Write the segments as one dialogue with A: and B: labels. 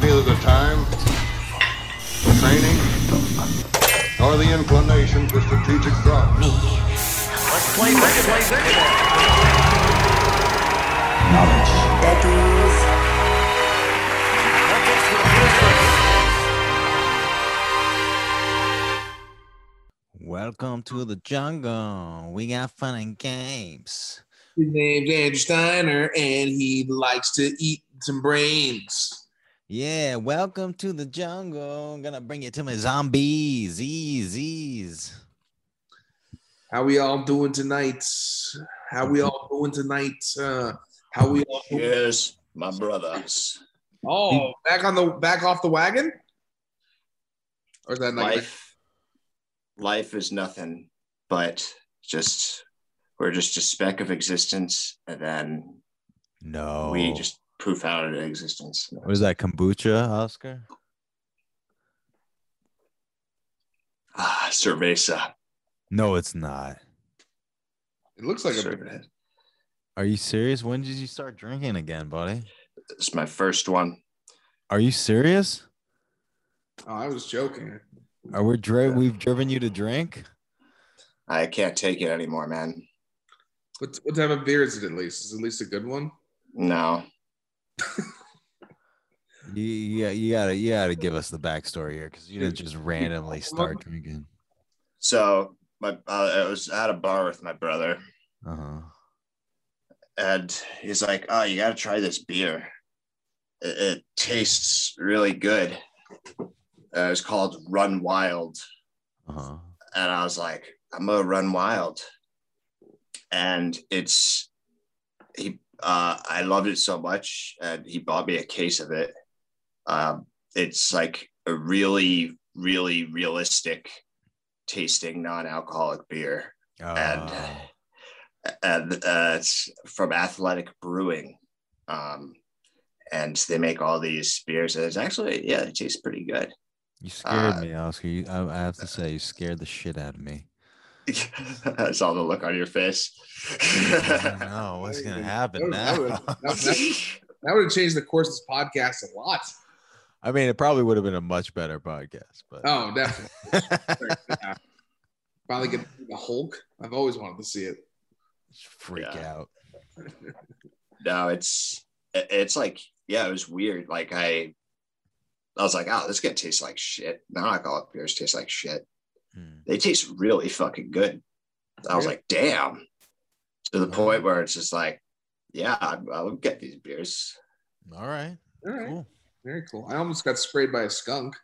A: neither the time, the training, nor the inclination for strategic thought.
B: Let's play Let's play baseball.
C: Knowledge.
D: Daddies.
B: What gets to the field?
E: Welcome to the jungle. We got fun and games.
F: His name's Andrew Steiner, and he likes to eat some brains.
E: Yeah, welcome to the jungle. I'm gonna bring you to my zombies. Ease,
F: How we all doing tonight? How we all doing tonight? Uh, how we all? Doing?
G: Yes, my brothers.
F: Oh, back on the back off the wagon, or is that like
G: Life, life is nothing but just we're just a speck of existence, and then
E: No.
G: we just poof out of existence.
E: what is that kombucha, Oscar?
G: Ah, cerveza.
E: No, it's not.
F: it looks like a
G: Cerve-
E: Are you serious? When did you start drinking again, buddy?
G: It's my first one.
E: Are you serious?
F: Oh, I was joking.
E: Are we dri- we've driven you to drink?
G: I can't take it anymore, man.
F: What what type of beer is it? At least is it at least a good one.
G: No,
E: You, you, you gotta you gotta give us the backstory here because you didn't just randomly start drinking.
G: so my uh, I was at a bar with my brother,
E: Uh-huh.
G: and he's like, "Oh, you got to try this beer. It, it tastes really good. Uh, it's called Run Wild."
E: Uh-huh.
G: and I was like, I'm gonna run wild. And it's he uh I loved it so much and he bought me a case of it. Um it's like a really, really realistic tasting non-alcoholic beer. And
E: Uh,
G: and uh, it's from Athletic Brewing. Um and they make all these beers and it's actually yeah, it tastes pretty good.
E: You scared
G: Uh,
E: me, Oscar. You, I, I have to say, you scared the shit out of me.
G: I saw the look on your face.
E: I don't know what's gonna happen
F: That would-
E: now.
F: that would- That would have changed the course of this podcast a lot.
E: I mean, it probably would have been a much better podcast, but
F: Oh, definitely. Yeah. Finally get to see the Hulk. I've always wanted to see it.
E: freak
G: Yeah.
E: out.
G: no it's it- it's like yeah it was weird like i i was like oh this gonna taste like shit non-alcoholic beers taste like shit
E: Hmm.
G: they taste really fucking good i was
F: Really?
G: like damn to the point where it's just like yeah i, I would get these beers
E: All right,
F: All right,
E: cool.
F: very cool. I almost got sprayed by a skunk.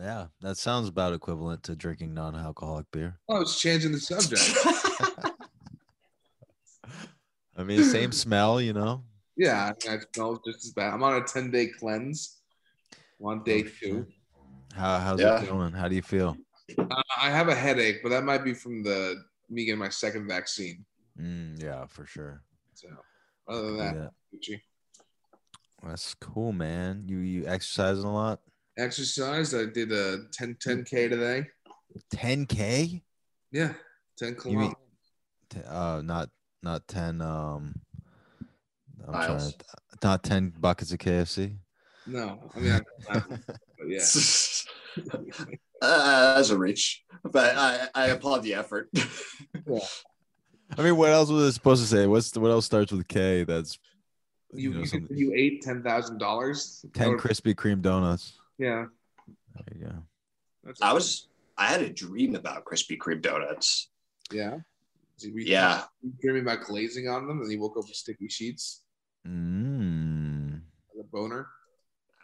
E: Yeah, that sounds about equivalent to drinking non-alcoholic beer.
F: Oh, it's changing the subject.
E: I mean, same smell, you know.
F: Yeah, I mean, I smell just as bad. I'm on a 10 day cleanse. I'm on day two.
E: How, how's
G: Yeah.
E: it feeling? How do you feel?
F: Uh, I have a headache, but that might be from the me getting my second vaccine.
E: Mm, yeah, for sure.
F: So, other than that,
E: Yeah,
F: Gucci.
E: that's cool, man. You you exercising a lot?
F: exercise. I did a 10 10k today.
E: 10k?
F: Yeah, 10 kilometers.
E: T- Uh, not not 10. Um, I'm trying
G: Miles.
E: to, not 10 buckets of KFC.
F: No, I mean, I, but yeah,
G: uh, that's a reach but i i applaud the effort
E: I mean, what else was it supposed to say? What's the, what else starts with K? That's you,
F: you
E: know,
F: you,
E: something-
F: you ate ten thousand dollars.
E: ten Krispy Kreme donuts.
F: Yeah,
E: There you go.
F: that's
G: i was i had a dream about krispy kreme donuts
F: yeah. See, we-
G: yeah
F: we dreaming about glazing on them, and he woke up with sticky sheets.
E: Mm.
F: The boner.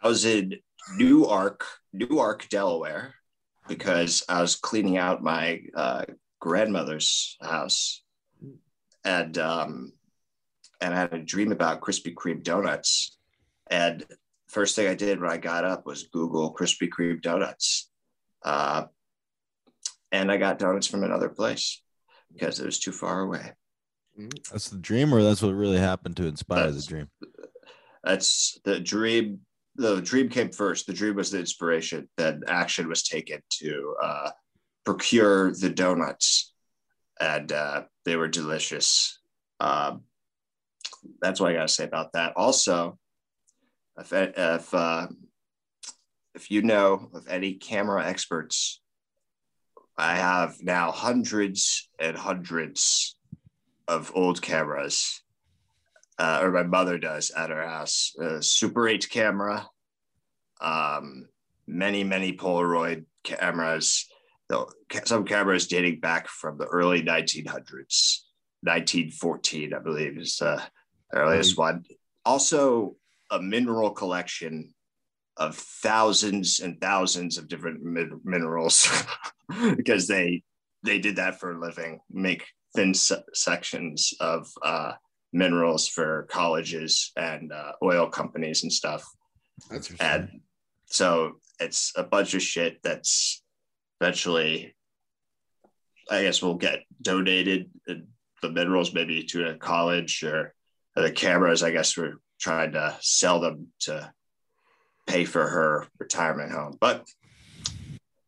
G: I was in Newark, Newark, Delaware, because I was cleaning out my uh, grandmother's house, and um, and I had a dream about Krispy Kreme donuts. And first thing I did when I got up was Google Krispy Kreme donuts, uh, and I got donuts from another place because it was too far away.
E: That's the dream, or that's what really happened to inspire the
G: That's-
E: dream.
G: That's the dream. The dream came first. The dream was the inspiration. Then action was taken to uh, procure the donuts, and uh, they were delicious. Um, that's what I got to say about that. Also, if if uh, if you know of any camera experts, I have now hundreds and hundreds of old cameras, uh, or my mother does at her house. A Super 8 camera, um, many, many Polaroid cameras, though, ca- some cameras dating back from the early 1900s. 1914, I believe, is the earliest one. Also, a mineral collection of thousands and thousands of different min- minerals because they they did that for a living make thin se- sections of uh, minerals for colleges and uh, oil companies and stuff
F: That's
G: and so it's a bunch of shit that's eventually i guess will get donated uh, the minerals maybe to a college or the cameras i guess we're trying to sell them to pay for her retirement home but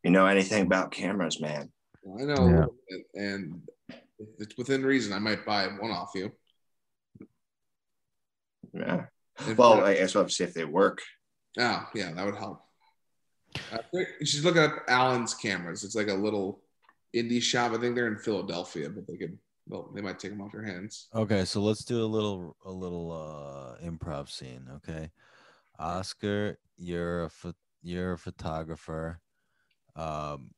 G: you know anything about cameras man
F: I know, a little bit, and if it's within reason. I might buy one off you.
G: yeah
F: If-
G: well i guess we'll have to see if they work
F: Oh, yeah, that would help. I think you should look up Allen's cameras. It's like a little indie shop. I think they're in Philadelphia, but they could, well, they might take them off your hands.
E: Okay, so let's do a little a little uh improv scene, okay? Oscar, you're a pho- you're a photographer. Um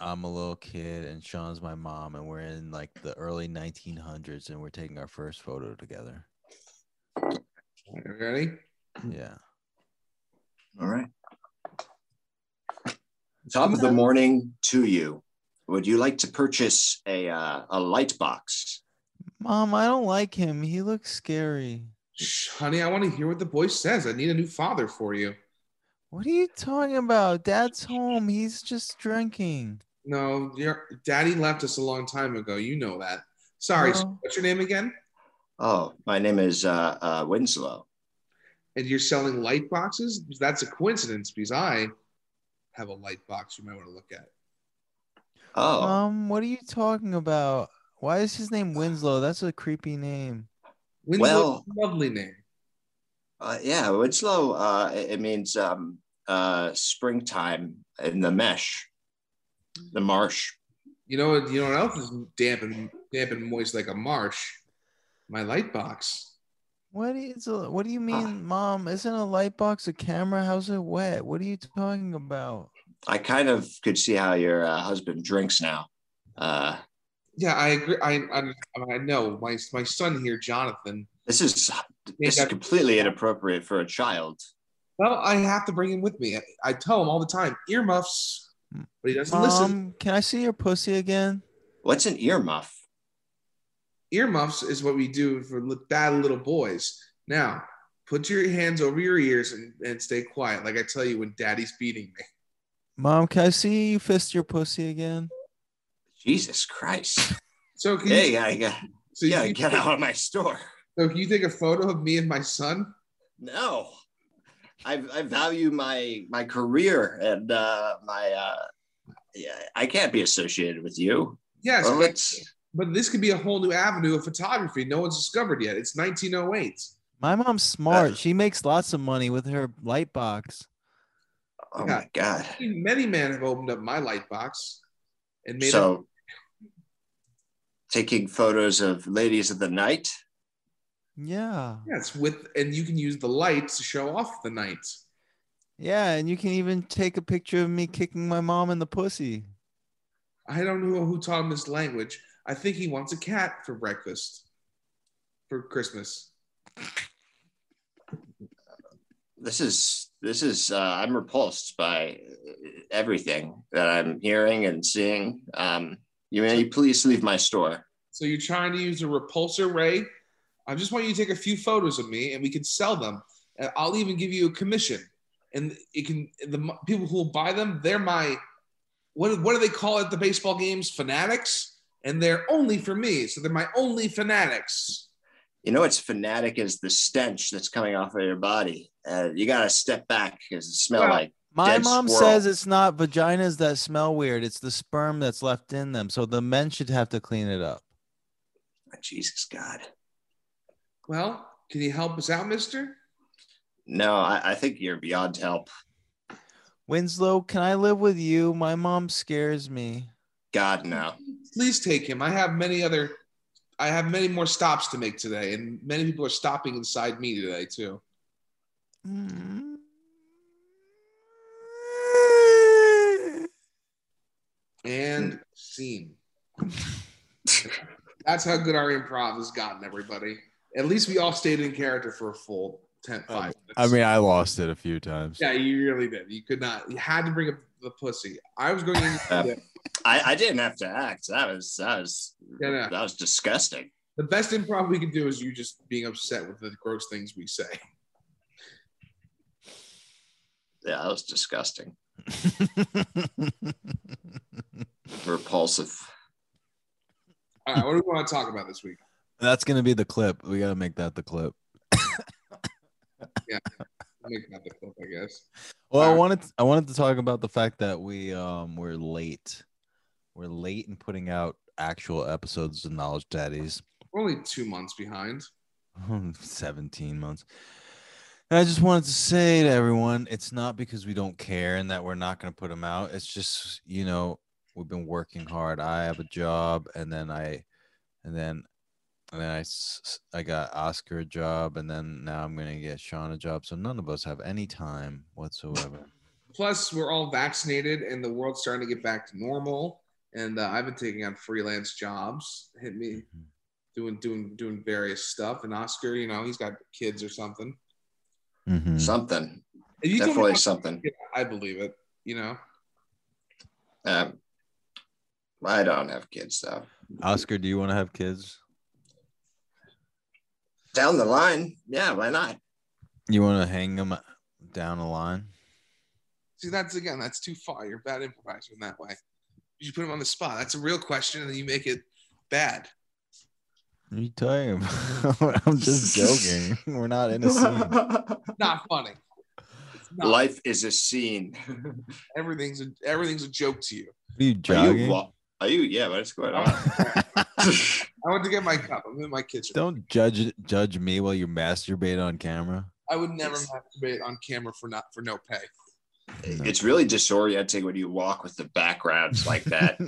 E: I'm a little kid and Sean's my mom and we're in like the early 1900s and we're taking our first photo together.
F: All right, Ready?
E: Yeah.
G: all right top of the morning to you would you like to purchase a uh, a light box
E: Mom, I don't like him. He looks scary.
F: Shh, honey, I want to hear what the boy says. I need a new father for you.
E: What are you talking about? Dad's home. He's just drinking.
F: No, your daddy left us a long time ago. You know that. Sorry. so
E: No.
F: What's your name again?
G: oh my name is uh, uh, winslow
F: And you're selling light boxes? That's a coincidence because I have a light box you might want to look at.
G: oh
E: Mom, what are you talking about? Why is his name Winslow? That's a creepy name.
F: Winslow's a lovely name.
G: Uh, yeah, Winslow. Uh, it it means um, uh, springtime in the mesh, the marsh.
F: You know what? You know what else is damp and damp and moist like a marsh? My light box.
E: What is a, what do you mean, mom? Isn't a light box a camera? How's it wet? What are you talking about?
G: I kind of could see how your uh, husband drinks now. Uh,
F: Yeah, I agree. I I, I know my my son here, Jonathan.
G: this is this is
F: got-
G: completely inappropriate for a child.
F: Well, I have to bring him with me. I, I tell him all the time, earmuffs, but he doesn't
E: Mom,
F: listen.
E: can I see your pussy again?
G: What's an earmuff?
F: Earmuffs is what we do for li- bad little boys. Now, put your hands over your ears and, and stay quiet, like I tell you when Daddy's beating me.
E: Mom, can I see you fist your pussy again?
G: Jesus Christ!
F: So can
G: Hey,
F: you,
G: I got-
F: so,
G: yeah,
F: you,
G: get out of my store.
F: so can you take a photo of me and my son?
G: No, I, I value my my career and uh, my. Uh, yeah, I can't be associated with you. Oh,
F: Yes,
G: Well,
F: but-
G: let's-
F: But this could be a whole new avenue of photography no one's discovered yet. It's 1908.
E: My mom's smart. she makes lots of money with her light box.
G: Oh
F: Yeah.
G: my god.
F: Many men have opened up my light box and made it.
G: So taking photos of ladies of the night.
E: Yeah.
F: Yes, with and you can use the light to show off the night.
E: Yeah, and you can even take a picture of me kicking my mom in the pussy.
F: I don't know who taught him this language. I think he wants a cat for breakfast, for Christmas.
G: This is this is uh, I'm repulsed by uh, everything that I'm hearing and seeing. Um, you may please leave my store.
F: So you're trying to use a repulsor ray. I just want you to take a few photos of me, and we can sell them. And I'll even give you a commission, and it can the mo- people who will buy them. They're my what what do they call it? at The baseball games fanatics, and they're only for me. So they're my only fanatics.
G: You know what's fanatic is the stench that's coming off of your body. Uh, you gotta step back because it smell
F: Well-
G: like
E: My
G: Dead
E: mom
G: squirrel.
E: says it's not vaginas that smell weird, it's the sperm that's left in them. So the men should have to clean it up.
G: oh, Jesus God.
F: Well, can you help us out, Mister?
G: No, I, I think you're beyond help.
E: Winslow, can I live with you? My mom scares me.
G: God no.
F: Please take him. I have many other, I have many more stops to make today, and many people are stopping inside me today too.
E: Mm. Hmm.
F: And scene. That's how good our improv has gotten, everybody. At least we all stayed in character for a full 10,
E: Oh,
F: five.
E: I mean, I lost it a few times.
F: yeah, you really did. You could not. You had to bring up the pussy. I was going to.
G: Uh, I, I didn't have to act. That was that was
F: Yeah, yeah.
G: that was disgusting.
F: The best improv we can do is you just being upset with the gross things we say.
G: Yeah, that was disgusting. Repulsive.
F: All right, what do we want to talk about this week?
E: That's gonna be the clip. We gotta make that the clip.
F: Make that the clip, I guess.
E: Well, I
F: Alright.
E: wanted I wanted to talk about the fact that we um we're late. We're late in putting out actual episodes of Knowledge Daddies.
F: We're only two months behind.
E: 17 months. And I just wanted to say to everyone, it's not because we don't care and that we're not going to put them out. It's just, you know, we've been working hard. I have a job and then I, and then, and then I, s- s- I got Oscar a job and then now I'm going to get Sean a job. So none of us have any time whatsoever.
F: Plus, we're all vaccinated, and the world's starting to get back to normal. And uh, I've been taking on freelance jobs, hit me doing doing doing various stuff. And Oscar, you know, he's got kids or something.
G: Mm-hmm.
E: Mhm.
G: Something.
F: If you told
G: Definitely
F: me not-
G: something.
F: I believe it. You know,
G: Um, I don't have kids though.
E: Oscar, do you want to have kids?
G: Down the line, yeah, why not?
E: You want to hang them down a line?
F: see, that's again, that's too far. You're a bad improviser in that way. You should put him on the spot. That's a real question, and then you make it bad.
E: What are you talking about? I'm just joking. We're not in a scene.
F: Not funny. It's not.
G: Life is a scene.
F: everything's a, everything's a joke to you.
E: Are you
G: Are
E: jogging?
G: you? wa- Are you? Yeah, what's going
F: Oh.
G: on?
F: I went to get my cup. I'm in my kitchen.
E: Don't judge judge me while you masturbate on camera.
F: I would never
G: Yes.
F: masturbate on camera for not for no pay.
G: it's really disorienting when you walk with the backgrounds like that.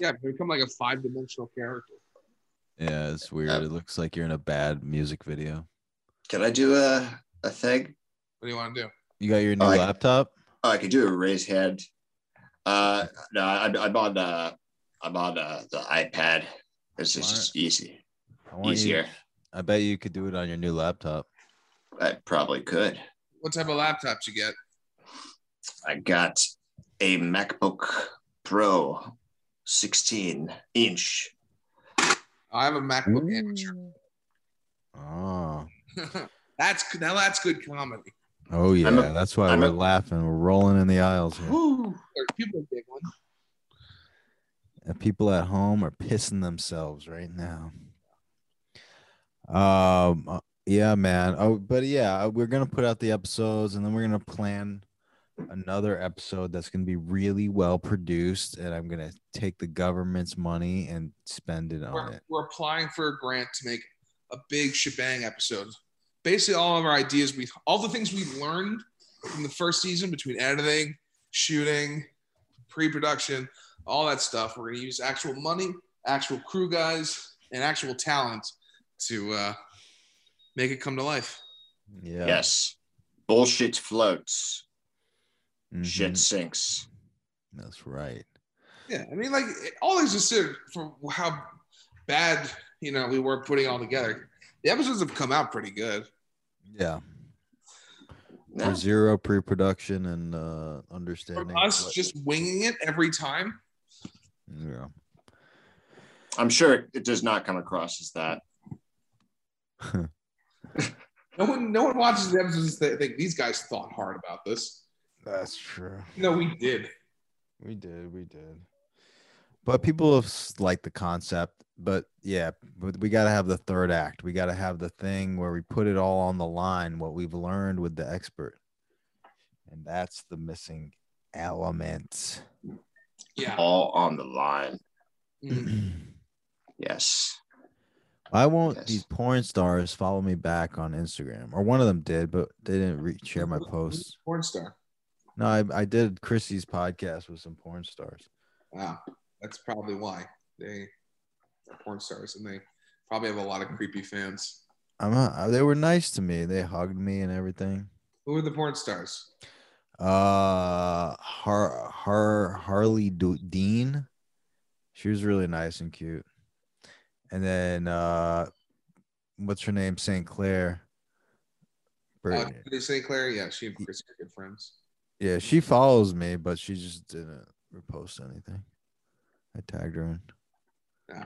F: Yeah, they become like a five dimensional character.
E: Yeah, it's weird.
G: Uh,
E: it looks like you're in a bad music video.
G: Can I do a a thing?
F: What do you want to do?
E: You got your new
G: I-
E: laptop?
G: Oh, I could do a raise hand. Uh, no, I'm, I'm on uh, I'm on uh, the iPad. This is just easy,
E: I want
G: easier.
E: You, I bet you could do it on your new laptop.
G: I probably could.
F: What type of laptops you get?
G: I got a MacBook Pro, 16 inch.
F: I have a MacBook Amateur.
E: Oh.
F: that's now that's good comedy.
E: Oh yeah.
G: I'm a-
E: That's why
G: I'm
E: we're
G: a-
E: laughing. We're rolling in the aisles here.
F: Ooh, there are people big one.
E: And people at home are pissing themselves right now. Um, uh, yeah, man. Oh, but yeah, uh, we're gonna put out the episodes, and then we're gonna plan another episode that's gonna be really well produced, and I'm gonna take the government's money and spend it on
F: We're,
E: it.
F: we're applying for a grant to make a big shebang episode. Basically, all of our ideas, we all the things we learned from the first season between editing, shooting, pre-production, all that stuff. We're gonna use actual money, actual crew guys, and actual talent to uh, make it come to life.
E: Yeah.
G: Yes. Bullshit floats,
E: Mhm.
G: shit sinks.
E: That's right.
F: Yeah, I mean, like it- all things considered, for how bad you know we were putting it all together, the episodes have come out pretty good.
E: Yeah.
G: No,
E: There's zero pre-production and uh
F: From
E: understanding.
F: us
E: what-
F: just winging it every time.
E: yeah.
G: I'm sure it does not come across as that.
F: No one, no one watches the episodes. They think these guys thought hard about this.
E: That's true.
F: No, we did.
E: We did, we did. But people have s- liked the concept. But yeah, but we got to have the third act. We got to have the thing where we put it all on the line, what we've learned with the expert. And that's the missing element.
F: Yeah.
G: All on the line.
F: Mm.
G: Yes.
E: Why won't
G: Yes.
E: these porn stars follow me back on Instagram? Or one of them did, but they didn't re- share my
F: Who's
E: posts.
F: Porn star.
E: No, I, I did Chrissy's podcast with some porn stars.
F: Wow, that's probably why they are porn stars, and they probably have a lot of creepy fans.
E: I'm not, they were nice to me. They hugged me and everything.
F: Who are the porn stars?
E: Uh, Har Har Harley Do- Dean, she was really nice and cute. And then uh, what's her name? St. Clair.
F: Uh,
E: Brittany.
F: did they say Claire? Yeah, she and Chris are good friends.
E: yeah, she follows me, but she just didn't repost anything. I tagged her in.
F: Yeah,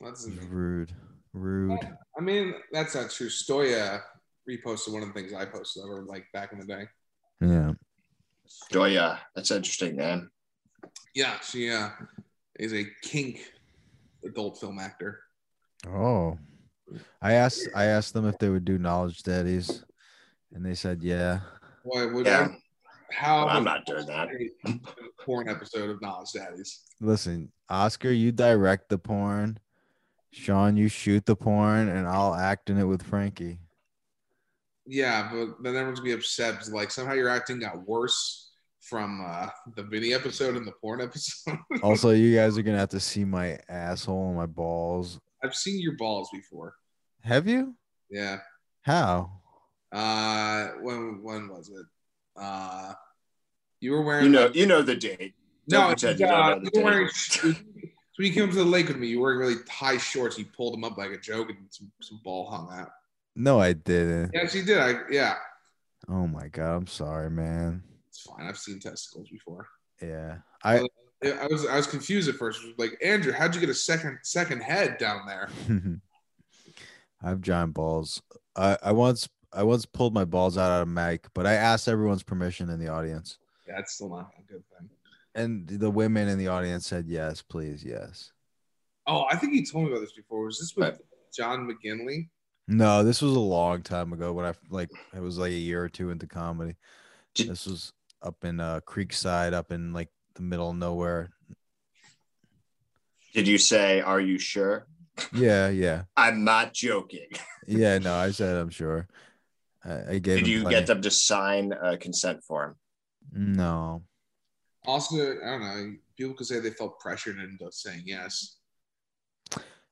F: that's.
E: It was rude, rude.
F: I mean, that's not true. Stoya reposted one of the things I posted ever, like back in the day.
E: Yeah.
G: Doya, that's interesting, man.
F: Yeah, she uh, is a kink adult film actor.
E: Oh, I asked I asked them if they would do knowledge daddies, and they said yeah.
F: Boy, would
G: Yeah,
F: how
G: I'm not doing that.
F: a porn episode of Knowledge Daddies.
E: Listen, Oscar, you direct the porn. Sean, you shoot the porn, and I'll act in it with Frankie.
F: Yeah, but then everyone's gonna be upset. because, Like somehow your acting got worse from uh, the video episode and the porn episode.
E: Also, you guys are gonna have to see my asshole and my balls.
F: I've seen your balls before.
E: Have you?
F: Yeah.
E: How?
F: Uh, when when was it? Uh, you were wearing
G: You know, you know the date.
F: No,
G: Don't pretend you don't
F: uh,
G: know the
F: you were wearing.
G: date.
F: So when you came to the lake with me, you were wearing really high shorts. You pulled them up like a joke, and some, some ball hung out.
E: No, I didn't.
F: Yeah, she did. I, yeah,
E: Oh my god, I'm sorry, man.
F: it's fine. I've seen testicles before.
E: Yeah, I.
F: Yeah, I was I was confused at first. Like Andrew, how'd you get a second second head down there?
E: I have giant balls. I, I once I once pulled my balls out of a mic, but I asked everyone's permission in the audience,
F: Yeah, it's still not a good thing.
E: and the women in the audience said yes, please, yes.
F: Oh, I think you told me about this before. Was this with
G: Right.
F: John McGinley?
E: No, this was a long time ago when I like it was like a year or two into comedy.
G: Did-
E: This was up in uh, Creekside, up in like the middle of nowhere.
G: Did you say, are you sure?
E: Yeah, yeah,
G: I'm not joking.
E: yeah. No, I said I'm sure. I, I
G: Did
E: gave. him
G: you
E: plenty.
G: get them to sign a consent form?
E: No,
F: Also, I don't know. People could say they felt pressured into saying yes.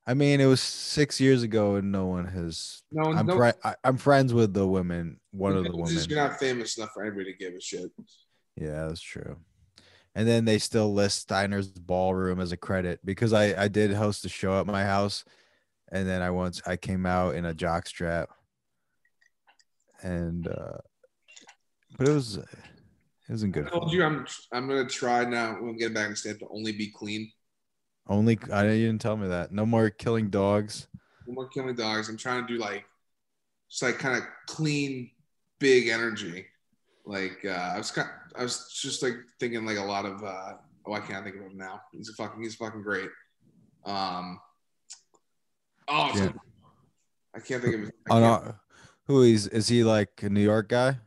E: I mean it was six years ago, and no one has
F: No, one-
E: I'm
F: no.
E: fri- I, I'm friends with the women. One of the
F: because
E: women.
F: You're not famous enough for anybody to give a shit.
E: Yeah, that's true. And then they still list Steiner's Ballroom as a credit because I I did host a show at my house, and then I once I came out in a jockstrap, and uh, but it was it wasn't
F: I
E: good.
F: told
E: fun.
F: you I'm I'm gonna try now when we get back in stand to only be clean.
E: Only I you didn't tell me that. No more killing dogs.
F: No more killing dogs. I'm trying to do like just like kind of clean, big energy. Like uh, I was kind, I was just like thinking like a lot of uh, oh I can't think of him now. He's a fucking he's fucking great. Um oh it's-
E: Yeah.
F: I can't think of his I
E: Oh,
F: can't-
E: no. Who is is he like a New York guy?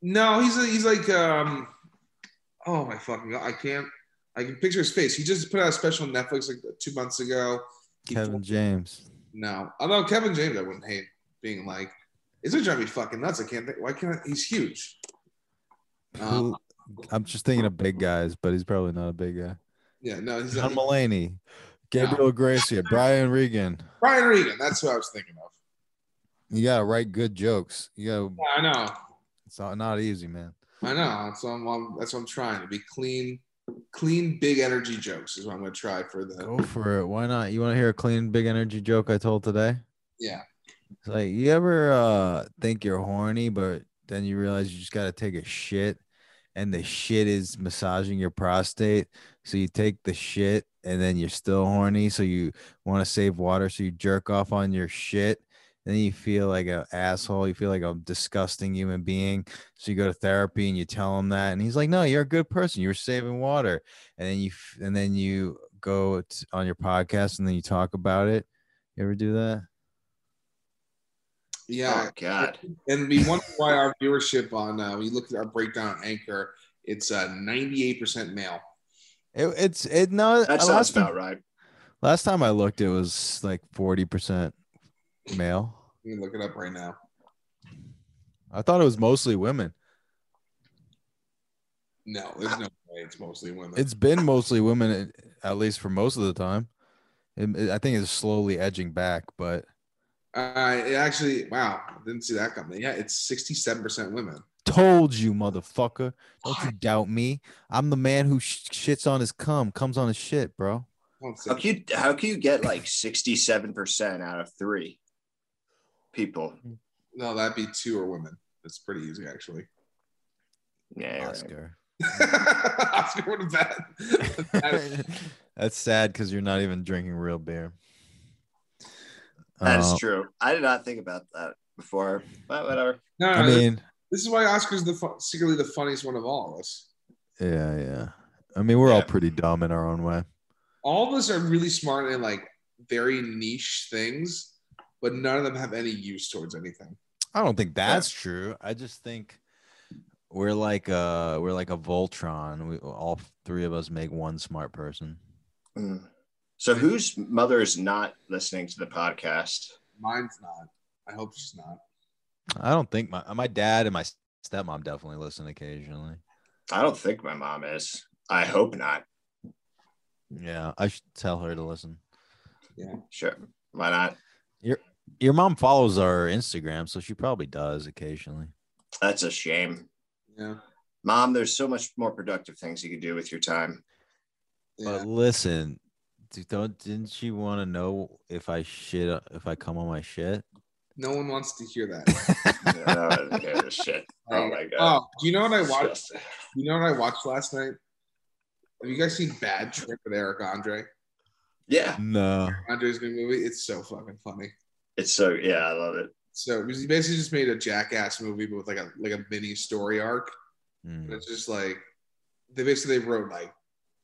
F: no he's a, he's like um oh my fucking God, I can't I can picture his face. He just put out a special on Netflix like two months ago. He-
E: Kevin James.
F: No, although Kevin James, I wouldn't hate being like, is it driving me fucking nuts? I can't think. Why can't I? He's huge. Um,
E: Who, I'm just thinking of big guys, but he's probably not a big guy.
F: Yeah, no, he's
E: John
F: not.
E: Mulaney, Gabriel Gracia, Brian Regan.
F: Brian Regan. That's who I was thinking of.
E: You gotta write good jokes. You gotta.
F: Yeah, I know.
E: It's not, not easy, man.
F: I know. That's what I'm. I'm- That's what I'm trying to be clean, clean, big energy jokes is what I'm gonna try for the.
E: Go for it. Why not? You want to hear a clean, big energy joke I told today?
F: Yeah.
E: It's like you ever uh, think you're horny, but then you realize you just gotta take a shit, and the shit is massaging your prostate. So you take the shit, and then you're still horny. So you want to save water, so you jerk off on your shit. And then you feel like an asshole. You feel like a disgusting human being. So you go to therapy and you tell him that, and he's like, "No, you're a good person. You're saving water." And then you f- and then you go t- on your podcast and then you talk about it. You ever do that?
F: Yeah,
G: Oh God.
F: and we wonder why our viewership on uh, when you look at our breakdown on Anchor, it's uh, 98% male.
E: It, it's it no.
G: That
E: uh,
G: sounds
E: last,
G: about
E: time,
G: right.
E: last time I looked, it was like forty percent male.
F: Let me look it up right now.
E: I thought it was mostly women.
F: No, there's no way. It's mostly women.
E: Ah. It's been mostly women, eh, at least for most of the time. It- it- I think it's slowly edging back, but
F: uh, it actually, wow, I didn't see that coming. Yeah, it's 67% women.
E: told you, motherfucker. Don't you doubt me. I'm the man who sh- shits on his cum, comes on his shit, bro.
F: Hold on a
G: How
F: second.
G: can you how can you get like sixty seven percent out of three people?
F: No, that'd be two or women. That's pretty easy, actually.
G: Yeah, you're right.
E: Oscar.
G: Mm-hmm.
F: Oscar would have bet.
E: That's sad because you're not even drinking real beer.
G: that's
E: Uh,
G: true. I did not think about that before, but whatever.
F: no, no,
E: I mean,
F: this is why Oscar's the fu- secretly the funniest one of all of us.
E: yeah, yeah. I mean, we're all pretty dumb in our own way.
F: All of us are really smart in like very niche things, but none of them have any use towards anything.
E: I don't think that's true. I just think we're like uh we're like a Voltron. We all three of us make one smart person.
G: Mm. So whose mother is not listening to the podcast?
F: Mine's not. I hope she's not.
E: I don't think my my dad and my stepmom definitely listen occasionally.
G: I don't think my mom is. I hope not.
E: Yeah, I should tell her to listen.
G: Sure. Why not?
E: Your mom follows our Instagram, so she probably does occasionally.
G: That's a shame.
F: Yeah.
G: Mom, there's so much more productive things you could do with your time.
F: yeah.
E: But listen, d- don't didn't she want to know if I shit if I come on my shit?
F: No one wants to hear that.
G: Uh, yeah, shit. Oh my god.
F: Oh, do you know what I watched?
G: Disgusting.
F: You know what I watched last night? Have you guys seen Bad Trip with Eric Andre?
G: Yeah.
E: No.
F: Andre's new movie. It's so fucking funny.
G: It's so yeah, I love it.
F: So he basically just made a jackass movie, but with like a like a mini story arc. And
E: Mm.
F: it's just like they basically wrote like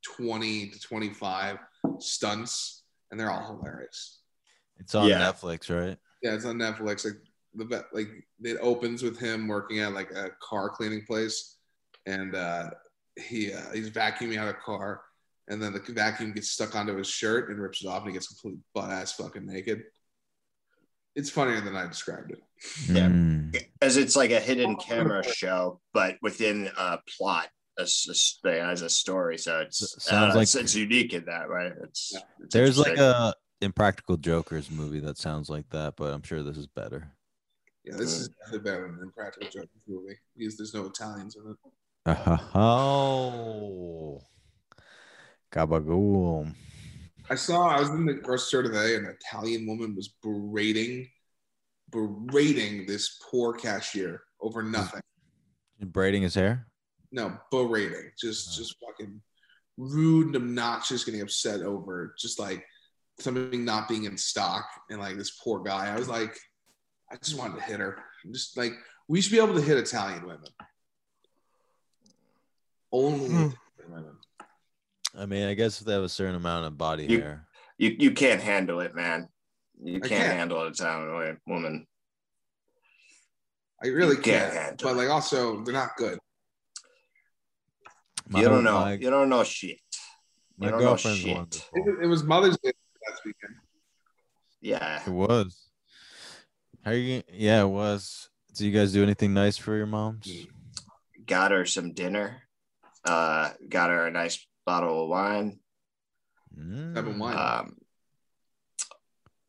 F: twenty to twenty five stunts, and they're all hilarious.
E: It's on
G: Yeah.
E: Netflix, right?
F: Yeah, it's on Netflix. Like the be- like it opens with him working at like a car cleaning place, and uh, he uh, he's vacuuming out a car, and then the vacuum gets stuck onto his shirt and rips it off, and he gets completely butt ass fucking naked. It's funnier than I described it.
G: Yeah.
E: Mm.
G: As it's like a hidden camera show, but within a plot as a, as a story. So it's
E: S- sounds
G: uh, it's,
E: like-
G: it's unique in that, right? It's,
F: Yeah.
G: it's
E: There's like
G: interesting.
E: a Impractical Jokers movie that sounds like that, but I'm sure this is better.
F: Yeah, this is definitely better than Impractical Jokers movie because there's no Italians in it.
E: Oh, gabagool.
F: I saw I was in the grocery store today, and an Italian woman was berating, berating this poor cashier over nothing.
E: Braiding his hair.
F: No, berating, just
E: Oh.
F: just fucking rude and obnoxious, getting upset over just like something not being in stock, and like this poor guy. I was like, I just wanted to hit her. I'm just like we should be able to hit Italian women. Only
E: Hmm.
F: Italian women.
E: I mean, I guess if they have a certain amount of body
G: You-
E: hair.
G: you you can't handle it, man. You
F: I
G: can't,
F: can't.
G: handle it, Italian woman.
F: I really
G: You can't
F: can't,
G: handle
F: but
G: it.
F: like also they're not good.
E: My-
G: you don't know.
E: My,
G: you don't know shit.
E: my
G: you don't know
E: girlfriend's
G: shit.
F: It,
E: wonderful.
F: was- it was Mother's Day last weekend.
G: Yeah.
E: It was. How are you? Yeah, it was. Do you guys do anything nice for your moms?
G: Got her some dinner. Uh, got her a nice bottle of wine.
E: Mm.
F: Seven wine.
G: Um,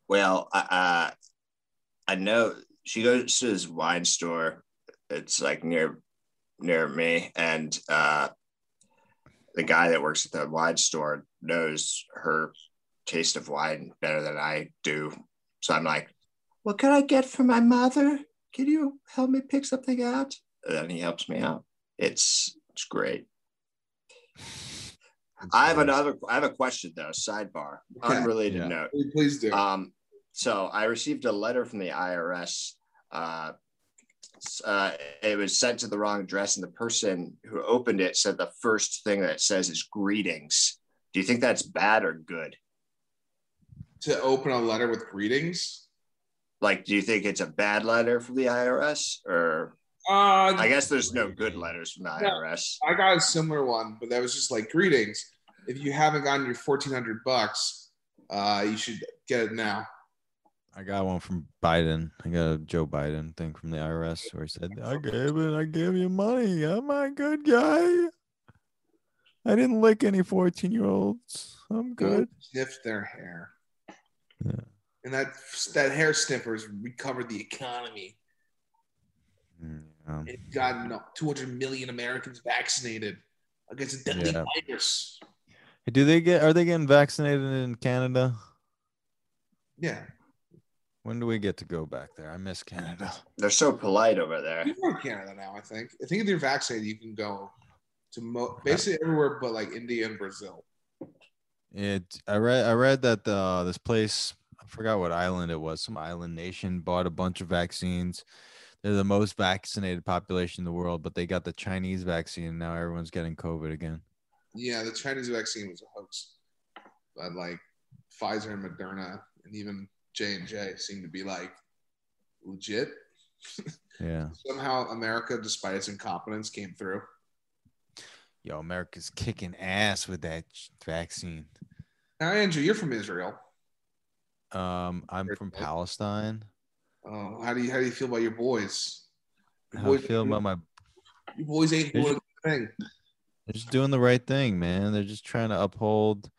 G: well, I, I I know she goes to this wine store. It's like near near me, and uh, the guy that works at the wine store knows her taste of wine better than I do. So I'm like, "What can I get for my mother? Can you help me pick something out?" And then he helps me out. It's it's great. I have another. I have a question though. Sidebar,
F: Okay.
G: unrelated
E: Yeah.
G: note.
F: Please- Please do.
G: Um, so I received a letter from the IRS. Uh, s- uh, it was sent to the wrong address, and the person who opened it said the first thing that it says is greetings. Do you think that's bad or good?
F: to open a letter with greetings.
G: Like, do you think it's a bad letter from the IRS, or
F: Uh,
G: I guess there's no good letters from the IRS?
F: I got a similar one, but that was just like greetings. If you haven't gotten your fourteen hundred bucks, uh, you should get it now.
E: I got one from Biden. I got a Joe Biden thing from the IRS where he said, "I gave it. I gave you money. I'm a good guy." I didn't like any 14 year olds. I'm good.
F: Don't sniff their hair.
E: Yeah.
F: And that that hair sniffer has recovered the economy
E: Yeah.
F: and gotten uh, 200 million Americans vaccinated against a deadly
E: Yeah.
F: virus.
E: Do they get are they getting vaccinated in Canada?
F: Yeah,
E: When do we get to go back there? I miss Canada.
G: They're so polite over there.
F: you are in Canada now. I think. I think if you're vaccinated, you can go to mo- basically everywhere but like India and Brazil.
E: It I read I read that uh, this place I forgot what island it was, some island nation bought a bunch of vaccines. They're the most vaccinated population in the world, but they got the Chinese vaccine and now everyone's getting COVID again.
F: Yeah, the Chinese vaccine was a hoax, but like Pfizer and Moderna and even J and J seem to be like legit.
E: Yeah.
F: Somehow America, despite its incompetence, came through.
E: Yo, America's kicking ass with that ch- vaccine.
F: Now, Andrew, you're from Israel.
E: Um, I'm
F: Very
E: from
F: good.
E: Palestine.
F: Oh, how do you how do you feel about your boys? Your
E: How I
F: boys,
E: feel about my
F: your boys ain't doing a good thing.
E: They're just doing the right thing, man. They're just trying to uphold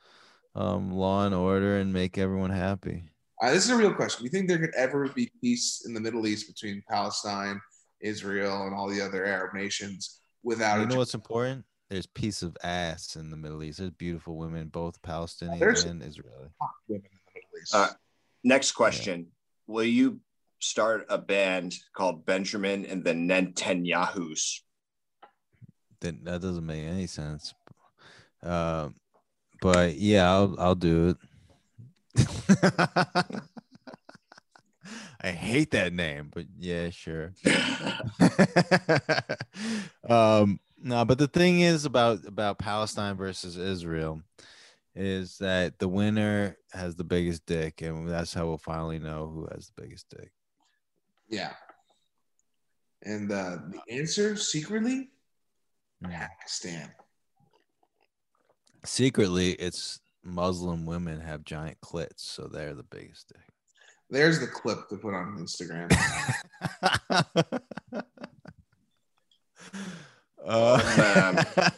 E: um, law and order and make everyone happy.
F: Uh, this is a real question. Do you think there could ever be peace in the Middle East between Palestine, Israel, and all the other Arab nations without
E: You
F: a
E: know what's important? There's piece of ass in the Middle East. There's beautiful women, both Palestinian
F: There's-
E: and Israeli.
F: women in the Middle East?
G: Uh, Next question. Will you start a band called Benjamin and the Netanyahu's?
E: That, that doesn't make any sense. Uh, but yeah, I'll, I'll do it. I hate that name, but yeah, sure. um, no, but the thing is about about Palestine versus Israel is that the winner has the biggest dick, and that's how we'll finally know who has the biggest dick.
F: yeah. And uh, the answer secretly, Pakistan.
E: Secretly, it's Muslim women have giant clits, so they're the biggest
F: There's the clip to put on Instagram.
E: dick. Uh,
F: Uh,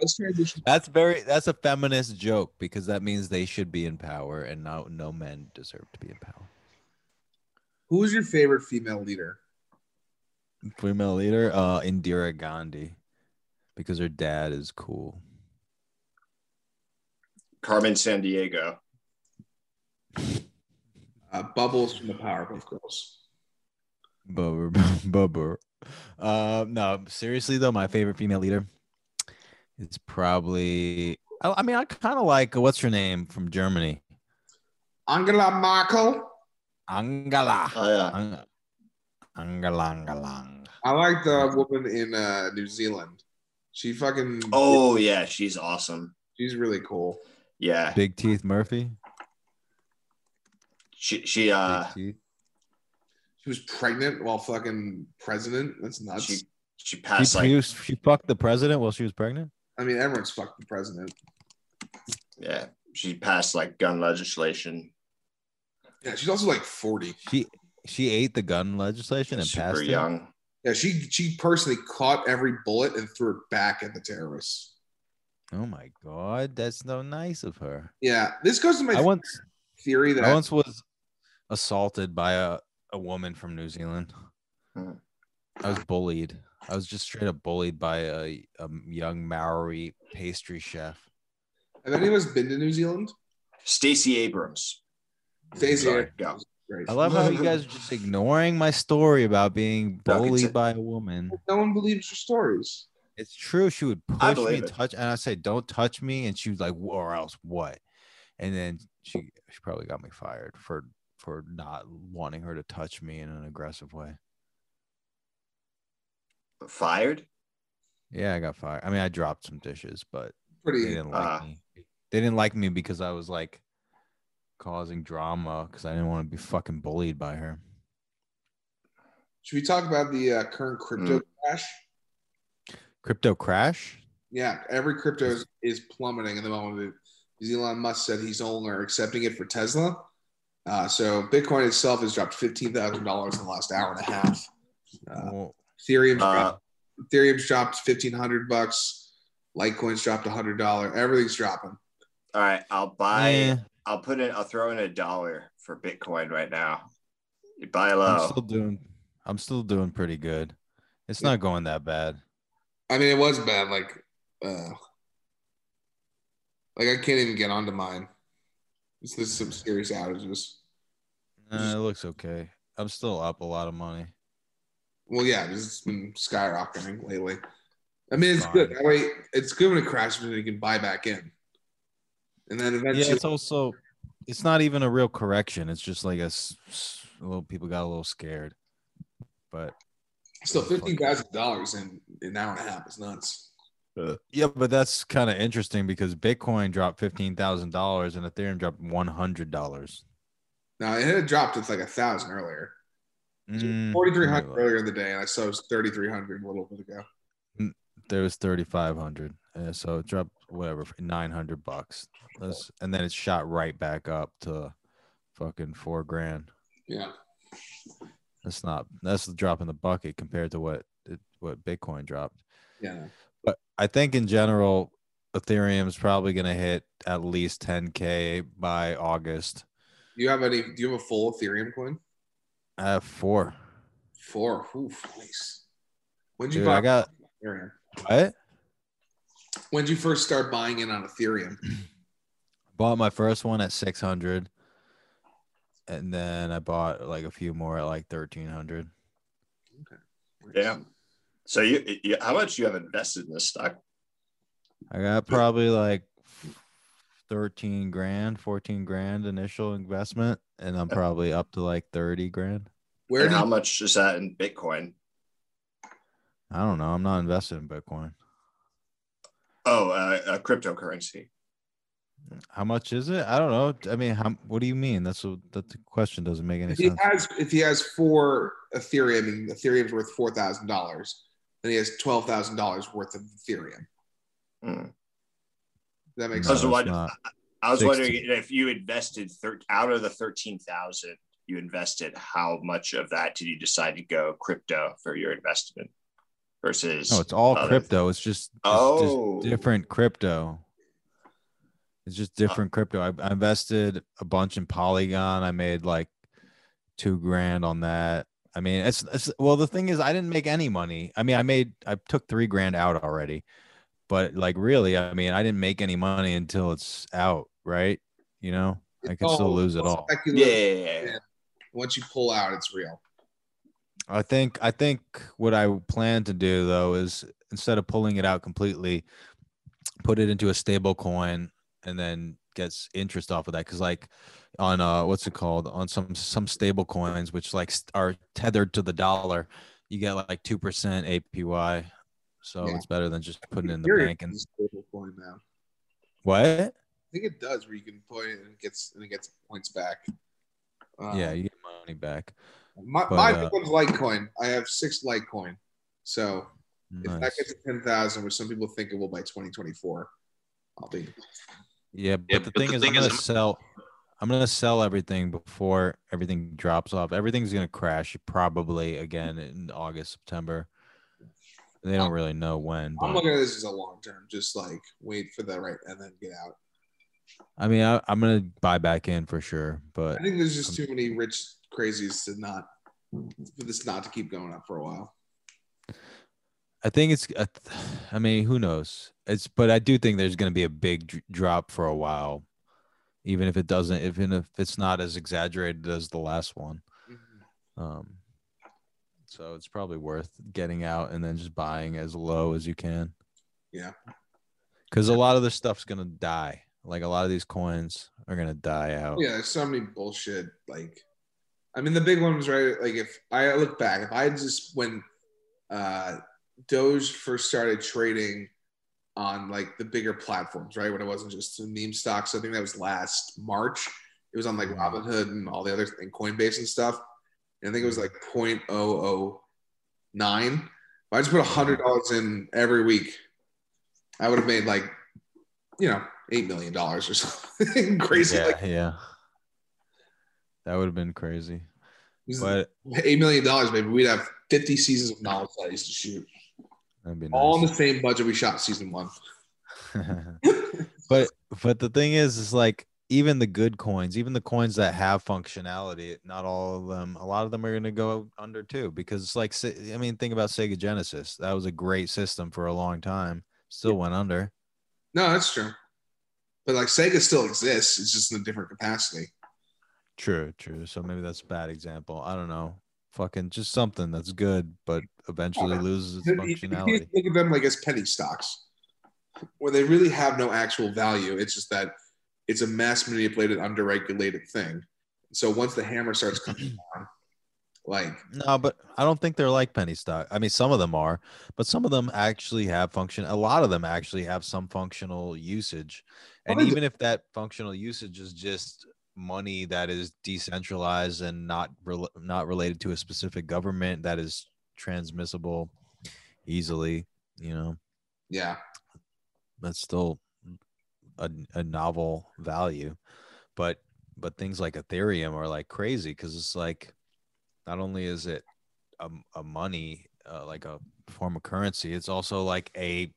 F: let's transition.
E: that's very that's a feminist joke because that means they should be in power and no no men deserve to be in power.
F: Who is your favorite female leader?
E: female leader uh indira gandhi because her dad is cool
G: Carmen San Diego.
F: Uh, Bubbles from the Powerpuff Girls.
E: bubber bubber uh no seriously though my favorite female leader is probably i, I mean i kind of like what's her name from germany
F: Angela Merkel.
E: angela
G: Oh, yeah.
E: Ang- angela angela
F: I like the woman in uh, New Zealand. She fucking.
G: Oh, yeah. She's awesome.
F: she's really cool.
G: Yeah.
E: big teeth murphy
G: She, she, uh,
E: big teeth
F: She was pregnant while fucking president. That's nuts.
G: she, she
E: she,
G: passed like,
E: produced, she fucked the president while she was pregnant
F: I mean, everyone's fucked the president.
G: yeah. She passed like gun legislation.
F: Yeah, she's also like forty.
E: she she ate the gun legislation and
G: Super
E: passed it
G: young.
F: Yeah, she she personally caught every bullet and threw it back at the terrorists.
E: oh my god that's so nice of her
F: Yeah, this goes to my
E: i once
F: theory that
E: I once was assaulted by a, a woman from New Zealand.
G: Hmm.
E: I was bullied. I was just straight up bullied by a, a young Maori pastry chef.
F: have any of us been to New Zealand?
G: Stacey Abrams.
F: Stacey
G: Sorry,
F: Abrams.
G: go.
F: Great.
E: I love how you guys are just ignoring my story about being
G: No, it's
E: bullied
G: a-
E: by a woman.
F: No one believes your stories.
E: It's true. She would
G: I
E: push me,
G: believe it.
E: touch, and I said, "Don't touch me," and she was like, "Or else what?" And then she she probably got me fired for for not wanting her to touch me in an aggressive way.
G: Fired?
E: Yeah, I got fired. I mean, I dropped some dishes, but they
F: Pretty.
E: didn't like
G: Uh,
E: me. They didn't like me because I was like causing drama because I didn't want to be fucking bullied by her.
F: Should we talk about the uh, current crypto
G: Mm.
F: crash?
E: Crypto crash?
F: Yeah, every crypto is, is plummeting at the moment because Elon Musk said he's only accepting it for Tesla. Uh, so Bitcoin itself has dropped fifteen thousand dollars in the last hour and a half. Uh,
E: Well,
F: Ethereum's
G: Uh,
F: dropped, Ethereum's dropped fifteen hundred bucks. Litecoin's dropped a hundred dollar. Everything's dropping.
G: All right, I'll buy.
E: Eh,
G: I'll put in. I'll throw in a dollar for Bitcoin right now. You buy
F: uh,
E: I'm
G: low.
E: still doing. I'm still doing pretty good. It's not going that bad.
F: I mean, it was bad. Like, uh, like I can't even get onto mine. This is some serious outages.
E: Nah, it looks okay. I'm still up a lot of money.
F: Well, yeah, it's been skyrocketing lately. I mean, it's
E: Fine.
F: good. That way, it's good when it crashes and you can buy back in. And then eventually,
E: Yeah, it's also. It's not even a real correction. It's just like a, s- s- a little people got a little scared, but
F: still fifteen thousand dollars in an hour and a half is nuts.
E: yeah, but that's kind of interesting because Bitcoin dropped fifteen thousand dollars and Ethereum dropped one hundred dollars.
F: Now it had dropped to like a thousand earlier,
E: Mm,
F: forty three hundred earlier in the day, and I saw it was thirty three hundred a little bit ago.
E: there was 3500 uh, so it dropped whatever 900 bucks That's, and then it shot right back up to fucking four grand
F: Yeah,
E: that's not that's the drop in the bucket compared to what it, what bitcoin dropped
F: yeah.
E: but i think in general ethereum's probably going to hit at least 10k by august
F: Do you have any? Do you have a full Ethereum coin?
E: i have four
F: Four. Oof, nice. When'd you
E: dude
F: buy
E: i got
F: Ethereum?
E: what
F: When'd you first start buying in on Ethereum?
E: bought my first one at 600 and then i bought like a few more at like 1300
G: Yeah. So you, you, how much you have invested in this stock?
E: I got probably like 13 grand, 14 grand initial investment, and I'm probably up to like 30 grand.
F: Where
G: And
F: do
G: how
F: you,
G: much is that in Bitcoin?
E: I don't know. I'm not invested in Bitcoin.
G: Oh, uh, a cryptocurrency.
E: How much is it? I don't know. I mean, how, what do you mean? That's a, that the question doesn't make any
F: if he
E: sense.
F: has if he has four Ethereum and Ethereum's worth four thousand dollars, then he has twelve thousand dollars worth of Ethereum.
G: Hmm.
F: Does that
E: No,
F: makes
G: I was
E: it's
F: sense.
G: wondering-
E: not.
G: I was
E: 16.
G: wondering if you invested thir- out of the thirteen thousand, you invested how much of that did you decide to go crypto for your investment versus?
E: No, it's all
G: other-
E: crypto. It's just, it's
G: Oh.
E: just different crypto. It's just different crypto. I, I invested a bunch in Polygon. I made like two grand on that. I mean, it's, it's well, the thing is, I didn't make any money. I mean, I made, I took three grand out already, but like, really, I mean, I didn't make any money until it's out, right? You know, I can still
F: All
E: lose it all.
G: Yeah,
F: Oh, speculative.
G: yeah, yeah.
F: Once you pull out, it's real.
E: I think I think what I plan to do though is instead of pulling it out completely, put it into a stable coin and then gets interest off of that. Cause like on uh what's it called? On some some stable coins which like st- are tethered to the dollar, you get like two percent APY. So
F: Yeah.
E: it's better than just putting it in the
F: Ethereum
E: bank and
F: is a stablecoin now.
E: what?
F: I think it does where you can put it and it gets and it gets points back. Uh,
E: yeah, you get money back.
F: My,
E: But,
F: my
E: uh,
F: big one's Litecoin. I have six Litecoin. So if that
E: Nice.
F: gets to 10,000, which some people think it will by 2024, I'll be.
E: Yeah, but the thing is, I'm gonna sell. I'm gonna sell everything before everything drops off. Everything's gonna crash probably again in August, September. They don't really know when.
F: I'm
E: But,
F: looking at this as a long term, just like wait for the right and then get out.
E: I mean, I, I'm gonna buy back in for sure. But
F: I think there's just too many rich crazies to not, for this not to keep going up for a while.
E: I think it's. I th- I mean, who knows? It's. But I do think there's gonna be a big dr- drop for a while, even if it doesn't. Even if it's not as exaggerated as the last one. Um, so it's probably worth getting out and then just buying as low as you can.
F: Yeah.
E: Because a lot of this stuff's gonna die. Like a lot of these coins are gonna die out.
F: Yeah, there's so many bullshit. Like, I mean, the big one was right. Like, if I look back, if I had just when uh, Doge first started trading on like the bigger platforms, right, when it wasn't just the meme stocks, I think that was last March. It was on like Robinhood and all the other and Coinbase and stuff. And I think it was like 0.009. If I just put hundred dollars in every week, I would have made like, you know, eight million dollars or something crazy.
E: Yeah.
F: Like,
E: yeah. That would have been crazy. But
F: eight million dollars, maybe we'd have fifty seasons of knowledge that I used to shoot.
E: that'd be nice.
F: All on the same budget we shot season one.
E: but but the thing is, is like even the good coins, even the coins that have functionality, not all of them. A lot of them are going to go under too, because it's like Se- I mean, think about Sega Genesis. That was a great system for a long time. Still went under.
F: No, that's true. But like Sega still exists. It's just in a different capacity.
E: True, true. So maybe that's a bad example. I don't know. Fucking just something that's good, but eventually loses its
F: You- you can't
E: functionality.
F: Look at them like as penny stocks, where they really have no actual value. It's just that it's a mass manipulated, underregulated thing. So once the hammer starts coming down, like
E: No, but I don't think they're like penny stock. I mean, some of them are, but some of them actually have function. A lot of them actually have some functional usage. And
F: Well, they do.
E: even if that functional usage is just money that is decentralized and not rel not related to a specific government that is transmissible easily, you know,
F: yeah,
E: that's still a, a novel value but but things like ethereum are like crazy because it's like not only is it a, a money uh, like a form of currency it's also like a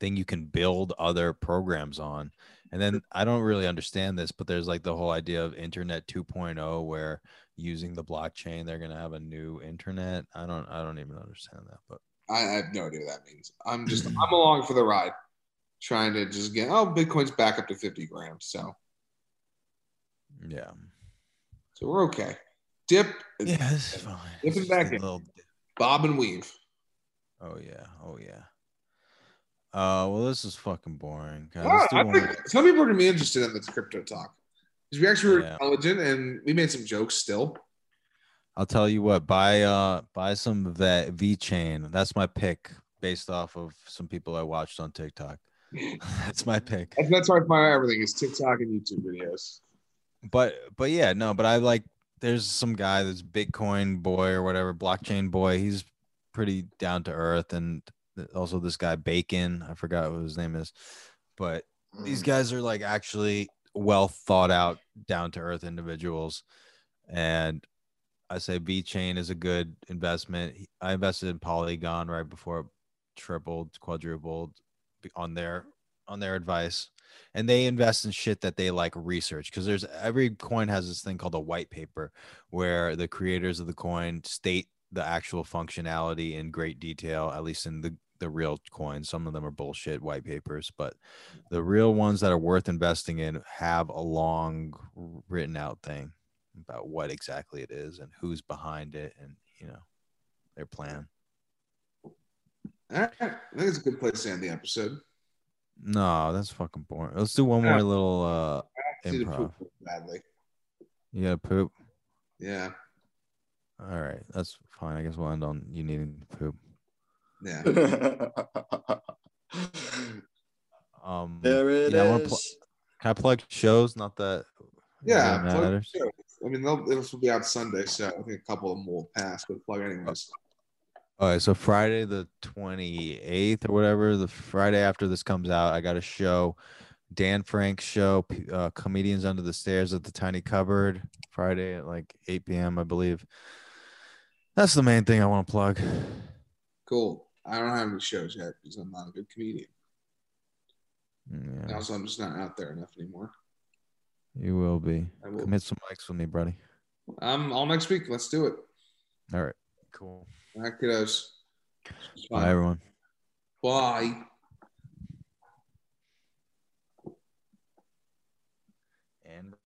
E: thing you can build other programs on and then i don't really understand this but there's like the whole idea of internet 2.0 where using the blockchain they're going to have a new internet i don't i don't even understand that but
F: I, I have no idea what that means. I'm just I'm along for the ride, trying to just get oh Bitcoin's back up to fifty grams, so
E: yeah
F: so we're okay. Dip,
E: yeah this is fine
F: Dipping
E: It's just
F: back
E: a
F: in.
E: little-
F: bob, and weave.
E: Oh yeah. Oh yeah. Uh well this is fucking boring. God,
F: Ah,
E: let's do
F: I
E: one-
F: think some people are gonna be interested in this crypto talk because we actually were
E: Yeah.
F: intelligent and we made some jokes still.
E: I'll tell you what, buy uh buy some of that V chain. That's my pick based off of some people I watched on TikTok. That's my pick.
F: That's, that's how I find out everything is TikTok and YouTube videos.
E: But but yeah, no, but I like there's some guy that's Bitcoin boy or whatever, blockchain boy. He's pretty down to earth and also this guy Bacon, I forgot what his name is. But
F: Mm.
E: these guys are like actually well thought out down to earth individuals and i say b chain is a good investment i invested in polygon right before it tripled quadrupled on their on their advice and they invest in shit that they like research because there's every coin has this thing called a white paper where the creators of the coin state the actual functionality in great detail at least in the the real coins some of them are bullshit white papers but the real ones that are worth investing in have a long written out thing about what exactly it is and who's behind it and you know their plan
F: All right, I think it's a good place to end the episode.
E: no that's fucking boring let's do one more little uh
F: See the
E: Improv.
F: poop badly.
E: you gotta poop
F: Yeah,
E: all right that's fine i guess we'll end on you needing to poop
F: yeah.
E: um
G: there it is.
E: Yeah, I wanna pl- can i plug shows not that
F: Yeah,
E: that
F: plug
E: matters.
F: the show. I mean, they'll, this will be out Sunday, so I think a couple of them will pass. But plug anyways.
E: All right, so Friday the 28th or whatever, the Friday after this comes out, I got a show, Dan Frank's show, P- uh, Comedians Under the Stairs at the Tiny Cupboard, Friday at like 8 p.m., I believe. That's the main thing I want to plug.
F: Cool. I don't have any shows yet because I'm not a good comedian. And
E: Yeah,
F: also, I'm just not out there enough anymore.
E: you will be.
F: I will.
E: Come hit some mics with me, buddy.
F: Um, all next week. Let's do it.
E: All right, cool.
F: All right, kiddos.
E: Bye, everyone.
F: Bye.
E: And